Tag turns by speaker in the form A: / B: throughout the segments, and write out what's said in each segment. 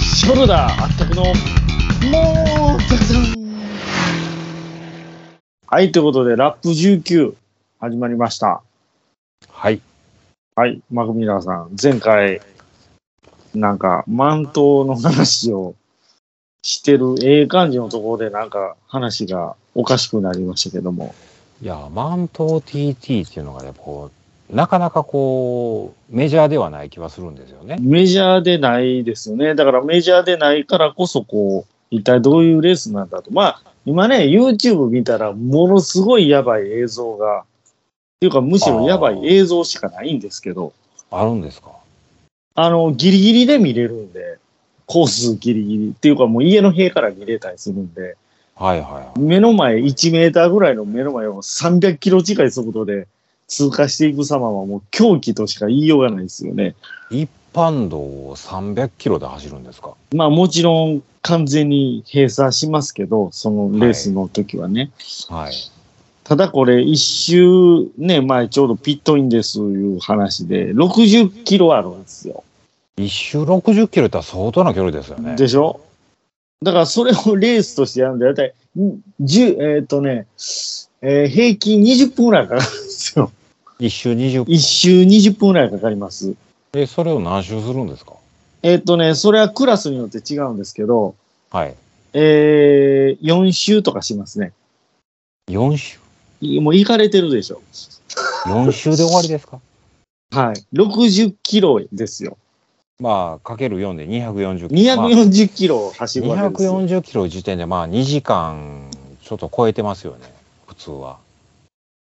A: ショルダーあったくの、もう、ザザンはい、ということで、ラップ19、始まりました。
B: はい。
A: はい、マグミラーさん、前回、なんか、満頭の話をしてる、ええ感じのところで、なんか、話がおかしくなりましたけども。
B: いや、マント TT っていうのがね、こう、なかなかこう、メジャーではない気はするんですよね。
A: メジャーでないですよね。だからメジャーでないからこそ、こう、一体どういうレースなんだと。まあ、今ね、YouTube 見たら、ものすごいやばい映像が、っていうか、むしろやばい映像しかないんですけど、
B: あるんですか
A: あの、ギリギリで見れるんで、コースギリギリっていうか、もう家の塀から見れたりするんで、
B: はいはいはい。
A: 目の前1メーターぐらいの目の前を300キロ近い速度で通過していく様はもう狂気としか言いようがないですよね。
B: 一般道を300キロで走るんですか
A: まあもちろん完全に閉鎖しますけど、そのレースの時はね。
B: はい。
A: ただこれ一周ね、前ちょうどピットインですいう話で、60キロあるんですよ。
B: 一周60キロって相当な距離ですよね。
A: でしょだからそれをレースとしてやるんで、だいたい、10えっ、とね、えー平均20分ぐらいかかるんです よ。
B: 一周20
A: 一周20分ぐらいかかります。
B: え、それを何周するんですか
A: えっとね、それはクラスによって違うんですけど、
B: はい。
A: えー、4周とかしますね。
B: 4周
A: いもう行かれてるでしょ。
B: ?4 周で終わりですか
A: はい。60キロですよ。
B: まあ、かける4で240キロ。まあ
A: 240キロを走るわけですよ。
B: 240キロ時点でまあ2時間ちょっと超えてますよね普通は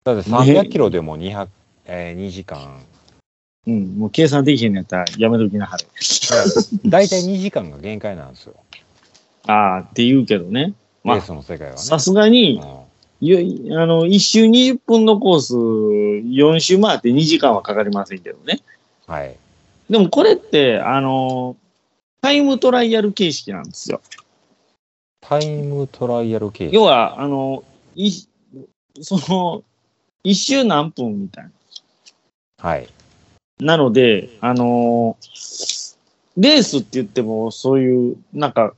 B: だって
A: ね
B: 300キロでも200、えー、2時間
A: うん、もう計算できへんのやったらやめときなはれ。
B: 大体2時間が限界なんですよ
A: ああ、って言うけどね。ま
B: レ
A: あ
B: ースの世界はね
A: さすがに、
B: う
A: よあの、1周20分のコース、4周回って2時間はかかりませんけどね。
B: んはい
A: でもこれって、あの、タイムトライアル形式なんですよ。
B: タイムトライアル形式
A: 要は、あの、い、その、一周何分みたいな。
B: はい
A: なので、あの、レースって言っても、そういう、なんか、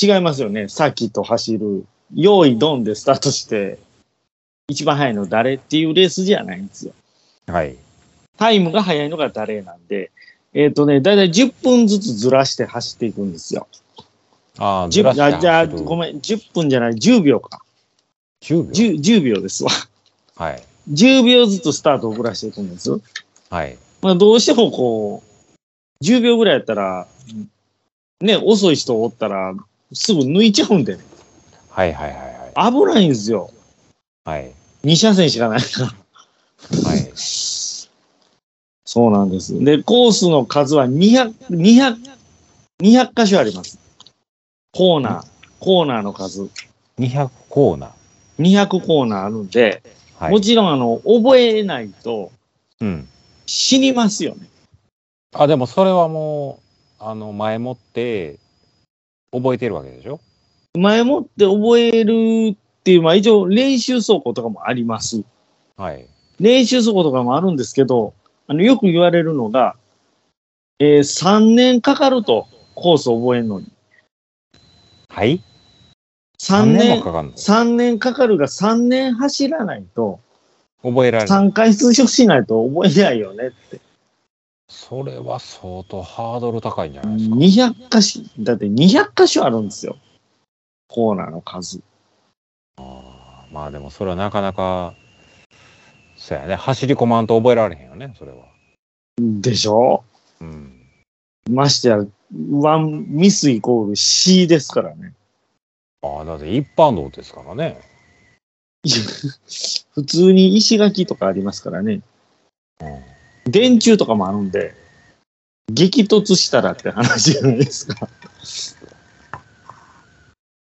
A: 違いますよね。サーキット走る。用意ドンでスタートして、一番速いの誰っていうレースじゃないんですよ。
B: はい
A: タイムが速いのが誰なんで、えっ、とね、だいたい10分ずつずらして走っていくんですよ。
B: ああ
A: 10
B: らして
A: あじゃあ、
B: 走る
A: ごめん、10分じゃない、10秒か。
B: 10秒
A: 10, 10秒ですわ。
B: はい
A: 10秒ずつスタートを遅らしていくんですよ。
B: はい
A: まあ、どうしてもこう、10秒ぐらいやったら、ね、遅い人おったら、すぐ抜いちゃうんでね。
B: はいはいはいはい
A: 危ないんですよ。
B: はい
A: 2車線しかないから。
B: はい
A: そうなんです。で、コースの数は200、200、200箇所あります。コーナー、コーナーの数。
B: 200コーナー
A: 200コーナーあるんで、
B: はい
A: もちろん、あの、覚えないと
B: うん
A: 死にますよね。
B: あでもそれはもうあの前もって覚えてるわけでしょ
A: 前もって覚えるっていう、まあ、一応練習走行とかもあります。
B: はい
A: 練習走行とかもあるんですけど、あのよく言われるのが、えー3年かかると、コースを覚えるのに。
B: はい
A: 3
B: 何年も
A: 年、
B: かかんの
A: 三年かかるが3年走らないと、
B: 覚えられない。
A: 3回通常しないと覚えないよね。
B: それは相当ハードル高いんじゃないですか。
A: 200箇所、だって200箇所あるんですよ。コーナーの数。
B: あーまあでもそれはなかなか、そうやね、走り込まんと覚えられへんよね、それは。
A: でしょ
B: うん。
A: ましてや、ワンミスイコール C ですからね。
B: ああ、だって一般道ですからね。
A: いや普通に石垣とかありますからね。電柱とかもあるんで、激突したらって話じゃないですか。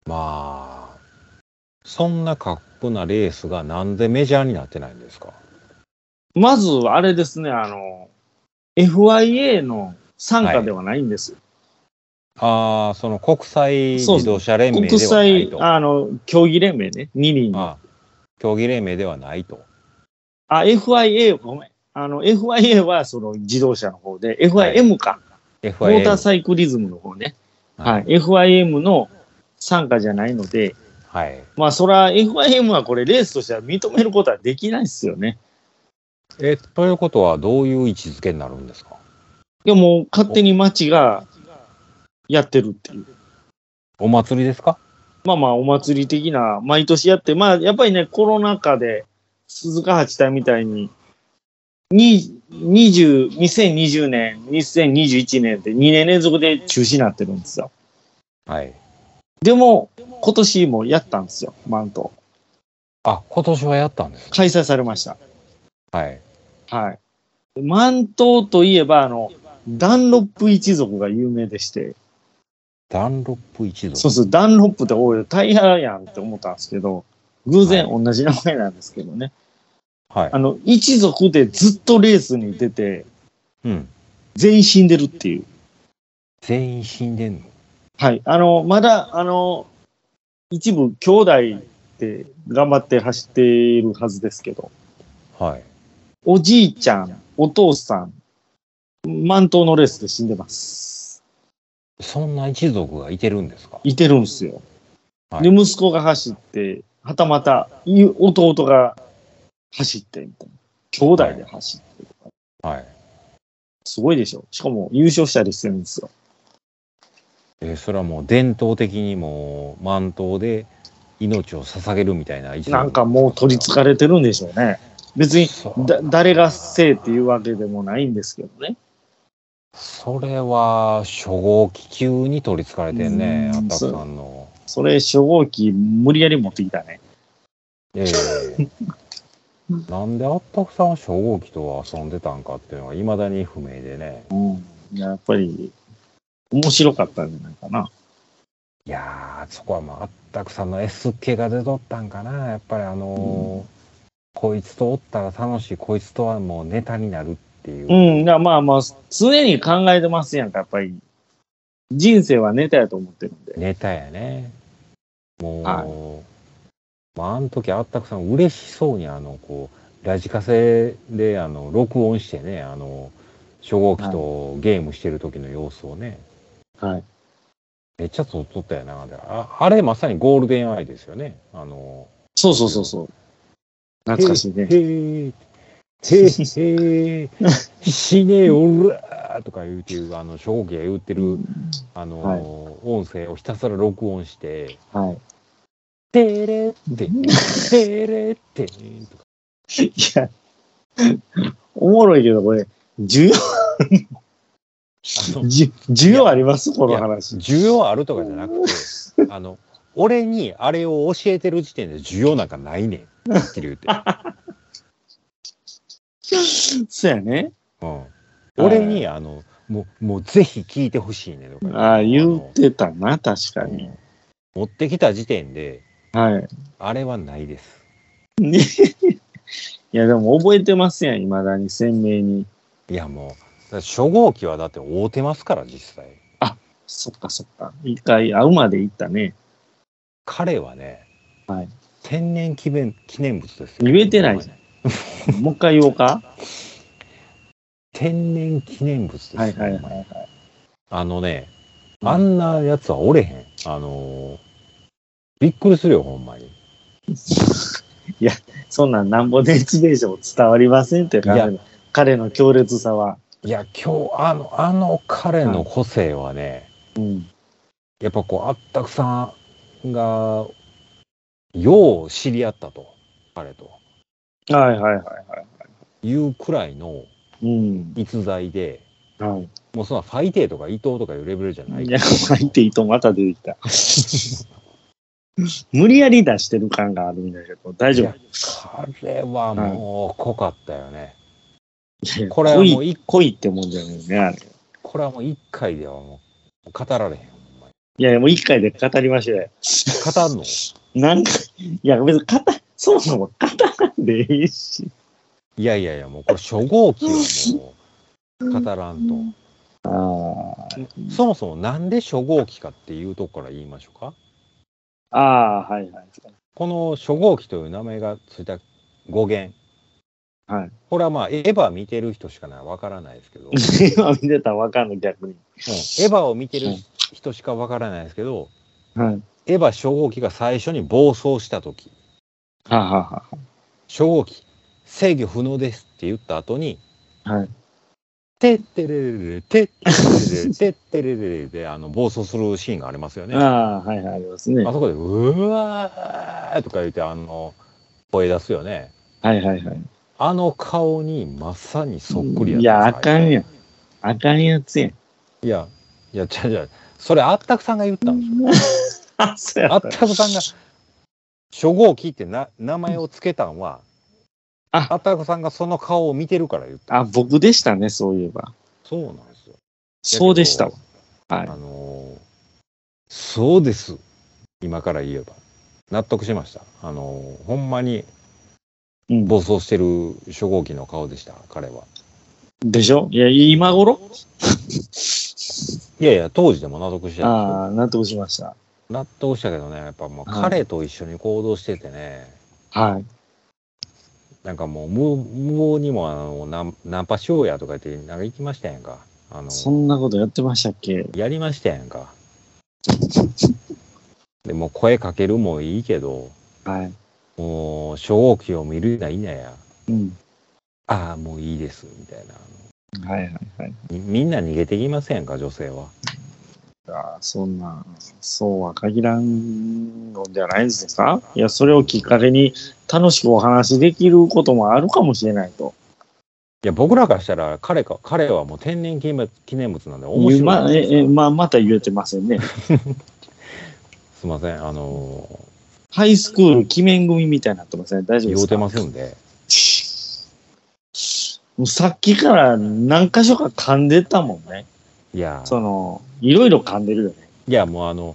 B: まあ、そんなカップなレースがなんでメジャーになってないんですか。
A: まず、あれですね、あの、FIA の参加ではないんです。
B: ああ、その国際自動車連盟
A: 国
B: ではない
A: 際、
B: と。あ
A: あの、競技連盟ね、2輪の。
B: あ競技連盟ではないと。
A: あ、FIA、ごめん。あの、FIA はその自動車の方で、
B: はい
A: FIM か、モーター
B: FIA。
A: サイクリズムの方ね。はい。FIM の参加じゃないので、
B: はい。
A: まあ、そら FIM はこれレースとしては認めることはできないですよね。
B: え、ということは、どういう位置づけになるんですか
A: いや、もう勝手に町がやってるっていう。
B: お祭りですか
A: まあまあ、お祭り的な、毎年やって、まあ、やっぱりね、コロナ禍で、鈴鹿八田みたいに、に20 2020年、2021年って2年連続で中止になってるんですよ。
B: はい。
A: でも、今年もやったんですよ、マント。
B: あ、今年はやったんですね。
A: 開催されました。
B: はい。
A: はい。満東といえば、あの、ダンロップ一族が有名でして、
B: ダンロップ一族。
A: そうそう、ダンロップって多いタイヤやんって思ったんですけど、偶然同じ名前なんですけどね。
B: はい
A: あ。の、一族でずっとレースに出て、
B: うん。
A: 全員死んでるっていう。
B: 全員死んでんの
A: はい。あの、まだ、あの、一部兄弟で頑張って走っているはずですけど、
B: はい。
A: おじいちゃん、お父さん、満頭のレースで死んでます。
B: そんな一族がいてるんですか
A: いてるんですよ。
B: はい
A: で、息子が走って、はたまた、い弟が走って、みたいな。兄弟で走って。
B: はい。
A: すごいでしょ。しかも優勝したりしてるんですよ。
B: えーそれはもう伝統的にもう満頭で命を捧げるみたいな一族
A: なんかもう取り憑かれてるんでしょうね。別に
B: そ
A: だ誰がせいっていうわけでもないんですけどね。
B: それは初号機級に取り憑かれてんね、
A: う
B: ア
A: ん
B: タックさんの。
A: それ、初号機無理やり持ってきたね。
B: え えなんでアタックさんは初号機と遊んでたんかっていうのがいまだに不明でね。
A: やっぱり、面白かったんじゃないかな。
B: いやー、そこはまあ、あったくさんの S っ気が出とったんかな。やっぱりあのーこいつとおったら楽しい、こいつとはもうネタになるっていう。
A: うん、だからまあまあ、常に考えてますやんか、やっぱり。人生はネタやと思ってるんで。
B: ネタやね。もう、
A: は
B: まあ、あの時あったくさん嬉しそうに、あの、こう、ラジカセで、あの、録音してね、あの、初号機とゲームしてる時の様子をね、
A: はい。
B: めっちゃ撮っとったよな。でああれ、まさにゴールデンアイですよね。あの、
A: そうそうそうそう。懐かしいね。
B: へーへーへー死ねえおらーとか言うていう、あの、初号機が言ってる、あの、
A: はい
B: 音声をひたすら録音して、
A: はい。
B: てれって、てれって、とか。
A: いや、 おもろいけど、これ、需要、
B: あの
A: 需需要ありますこの話。
B: 需要あるとかじゃなくて、あの、俺にあれを教えてる時点で需要なんかないねん。はっきり言って。
A: そうやね。
B: うん、俺に、あの、もう、もうぜひ聞いてほしいねとか。
A: ああ、言
B: の
A: うてたな、確かに。
B: 持ってきた時点で、
A: はい。
B: あれはないです。
A: いや、でも覚えてますやん、未だに鮮明に。
B: いや、もう、だから初号機はだって会うてますから、実際。
A: そっかそっか。一回会うまで行ったね。
B: 彼はね、
A: はい
B: 天然記念記念物ですよ。
A: 言えてないじゃんもう一回言おうか。
B: 天然記念物ですよ
A: はいはいはい
B: お
A: は
B: 前
A: い。
B: あのね、
A: うん
B: あんなやつはおれへん。あのーびっくりするよ、ほんまに。
A: そんなんなんぼで一名称伝わりませんって彼の彼の強烈さは。
B: いや、今日、あの、あの彼の個性はね、
A: うん。
B: やっぱこう、あったくさんが、よう知り合ったと、彼と。
A: はいはいはいは
B: いうくらいの
A: い。うん。
B: 逸材で、
A: はい。
B: もうそんなファイテーとか伊藤とかいうレベルじゃない。
A: いや、入っていいとまた出てきた。 無理やり出してる感があるんだけど、大丈
B: いや彼はもう濃かったよね。
A: 夫。
B: これはもう
A: 恋、
B: 一、
A: 恋ってもんじゃないよね、あれ。
B: これはもう一回ではもう語られへん。ほんまに
A: いやいや、もう一回で語りましょうよ。
B: 語るの
A: なんか、いや、別に語、そもそも語らんでいいし。
B: いやいやいや、もうこれ初号機はもう語らんと。
A: ああ。
B: そもそもなんで初号機かっていうとこから言いましょうか。
A: ああ、はいはい。
B: この初号機という名前がついた語源、
A: はい。
B: これはまあ、エヴァ見てる人しかなわからないです けど、うんエ
A: 今見てたらわかんない、逆に。
B: ヴァを見てる人しかわからないですけど、
A: はい。
B: エヴァ初号機が最初に暴走した時
A: ははは
B: 初号機制御不能ですって言った後に
A: は。はい。
B: 「てってれれれてってれれれてってれれれ」であの暴走するシーンがありますよね。あ
A: ああ、はいはい、ありますね。は
B: そこで「うわー」とか言ってあの声出すよね。
A: いはいはい。
B: あの顔にまさにそっくりやったんで
A: いや、あかん
B: す
A: や
B: あ
A: ん。あかんやつやん。
B: いや、いや、ちゃうちゃう。それあったくさんが言ったんですよ。
A: あ、そうや
B: あ
A: っ。
B: ったたくさんが、初号機ってな名前をつけたんは、
A: あ
B: あったくさんがその顔を見てるから言った。
A: あ、僕でしたね、そういえば。
B: そうなんですよ。
A: そうでしたわ。は
B: あ
A: い。
B: のーそうです。今から言えば。納得しました。あのーほんまに
A: うん
B: 暴走してる初号機の顔でした、彼は。
A: でしょいや、今頃
B: いやいや、当時でも納得してたんですよ
A: ああ、納得しました。
B: 納得したけどね、やっぱもう
A: はい
B: 彼と一緒に行動しててね、
A: はい。
B: なんかもう無無謀にもあのナナンパしようやとか言って、なんか行きましたやんか。あの
A: そんなことやってましたっけ
B: やりましたやんか。 でもう声かけるもいいけど、
A: はい。
B: もう初号機を見るないなや、
A: うん。
B: ああ、もういいです、みたいな。あ
A: はいはいはい。
B: のみみんな逃げてきませんか、女性は。
A: あーそんな、そうは限らんのじゃないですかいや、それをきっかけに楽しくお話できることもあるかもしれないと。
B: いや、僕らからしたら彼か、彼はもう天然記念物記念物なんで、面
A: 言うま
B: 白
A: あ、
B: い。
A: え、え、まあ、また言えてませんね。
B: すいません、あのー
A: ハイスクール鬼面組みたいになってません、ね、大丈夫で
B: 酔
A: す
B: う
A: か
B: てますんで。
A: もうさっきから何箇所か噛んでたもんね。
B: いや、
A: その、いろいろ噛んでるよね。
B: いや、もうあの、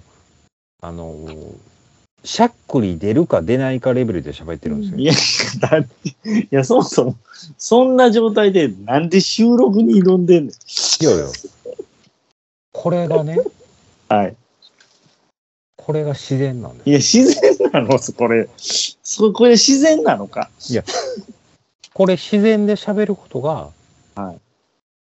B: あのー、しゃっくり出るか出ないかレベルで喋ってるんですよ。
A: いや、だって、いや、そもそも、そんな状態でなんで収録に挑んでんね
B: いやいや。これがね、
A: ん。はい。
B: これが自然なんです
A: いや、自然なのこれ。そ、これ自然なのか。
B: これ自然で喋ることが、
A: はい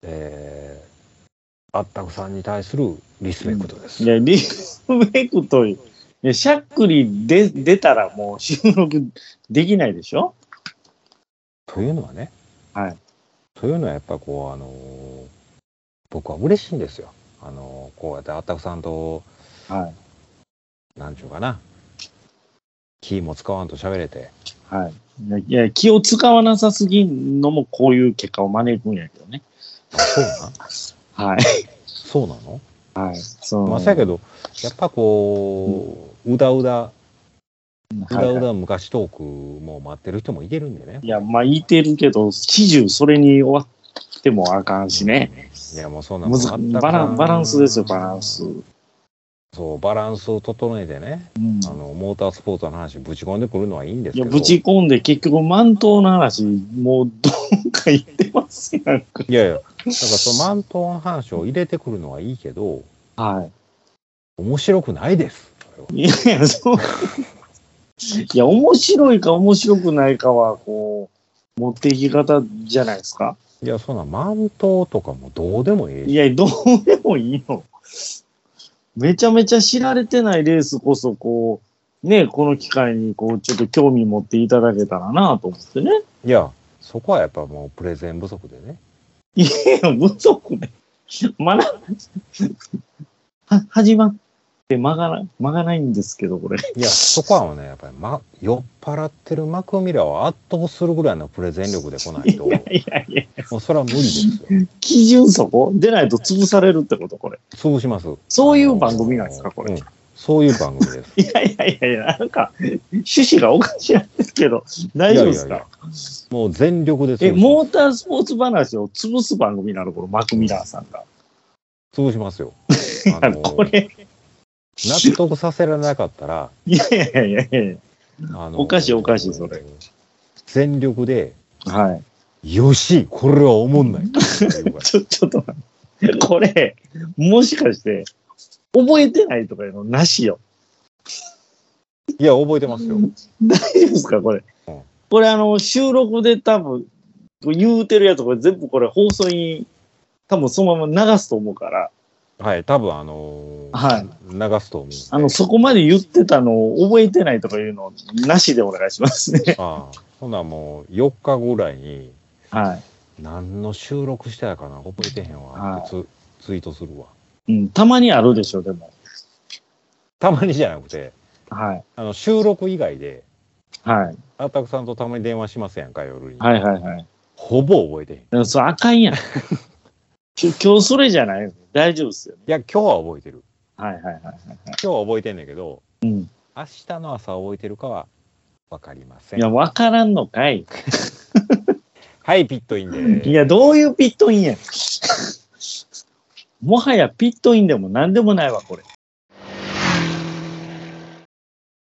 B: えー、あったくさんに対するリスペクトです。
A: いや、リスペクトいや、しゃっくりで出たらもう収録できないでしょ
B: というのはね、
A: はい
B: というのはやっぱこう、あのー僕は嬉しいんですよ。あのーこうやってあったくさんと、
A: はい。
B: なんちゅうかな、気も使わんと喋れて、
A: はい。いやいや、気を使わなさすぎんのもこういう結果を招くんやけどね。
B: あそうなん
A: はい。
B: そうなの
A: はい。そ
B: まあ、そやけど、やっぱこう、うだうだ、うだうだ昔トークも待ってる人もいてるんでね。
A: いや、まあ言ってるけど、基準それに終わってもあかんしね。
B: いや、もうそんな
A: むずバランバランスですよ、バランス。。う
B: そう、バランスを整えてね、
A: ん、
B: あの、モータースポーツの話ぶち込んでくるのはいいんで
A: い
B: すけ
A: や、
B: ど。
A: ぶち込んで結局満頭の話、もうどんか言ってますやんか。
B: いやいや、 だからそのマントン話を入れてくるのはいいけど、
A: は。
B: 面白くないです。それはい
A: いやいや、そう。いや、面白いか面白くないかは、こう、持っていき方じゃないですか。
B: いや、そんなマントとかもどうでもいい
A: い
B: し。
A: や、どうでもいいの。めちゃめちゃ知られてないレースこそ、こう、ね、この機会に、こう、ちょっと興味持っていただけたらなと思ってね。
B: いや、そこはやっぱもうプレゼン不足でね。
A: いや、無足ね。まだ、は、始まって間がな、間がないんですけど、これ。
B: いや、そこはね、やっぱり、ま、酔っ払ってるマクミラーを圧倒するぐらいのプレゼン力で来ないと、
A: いやいや、
B: もうそれは無理ですよ。
A: 基準そこ出ないと潰されるってこと、これ。
B: そうします。
A: そういう番組なんですか
B: あの
A: これ
B: うんそういう番組です。
A: いやいやいやいや、なんか、趣旨がおかしいんですけど、 大丈夫ですか
B: いやいやいやもう全力で
A: え、
B: 潰しま
A: モータースポーツ話を潰す番組なの、このマクミラーさんが。
B: す潰しま すよ。あの
A: これ、
B: 納得させられなかったら、
A: いやいやいやいやい
B: あの
A: おかしいおかしいそれ。
B: 全力で、
A: や。はい。
B: よし、これは思 んないっていうぐらい。
A: ちょ、ちょっと待って。これ、もしかして、覚えてないとかいうのなしよ。
B: いや、覚えてますよ。
A: 大丈夫ですかこれ
B: うん。
A: これ、あの、収録で多分、言うてるやつ、これ全部これ放送に、多分そのまま流すと思うから、
B: はい、多分あのー
A: はい
B: 流すと思うんで。
A: あの、そこまで言ってたのを覚えてないとかいうのなしでお願いします ね。
B: ああほなもう4日後ぐらいに、
A: は
B: 何の収録したやかな、覚えてへんわ。
A: はい
B: つツイートするわ。
A: い。うん、たまにあるでしょ、でも。
B: たまにじゃなくて、
A: はい。
B: あの収録以外で、
A: はい。
B: あたくさんとたまに電話しますやんか、夜に。
A: はいはいはい。
B: ほぼ覚えてへん。い
A: でもそれあかんや ん。き今日それじゃない大丈夫っすよね。
B: や、今日は覚えてる。
A: はいはいはい。
B: 今日は覚えてんねんけど、
A: うん
B: 明日の朝覚えてるかは分かりませ
A: いや、
B: ん。
A: わからんのかい。
B: はい、ピットインで。
A: いや、どういうピットインやん。もはやピットインでも何でもないわ、これ。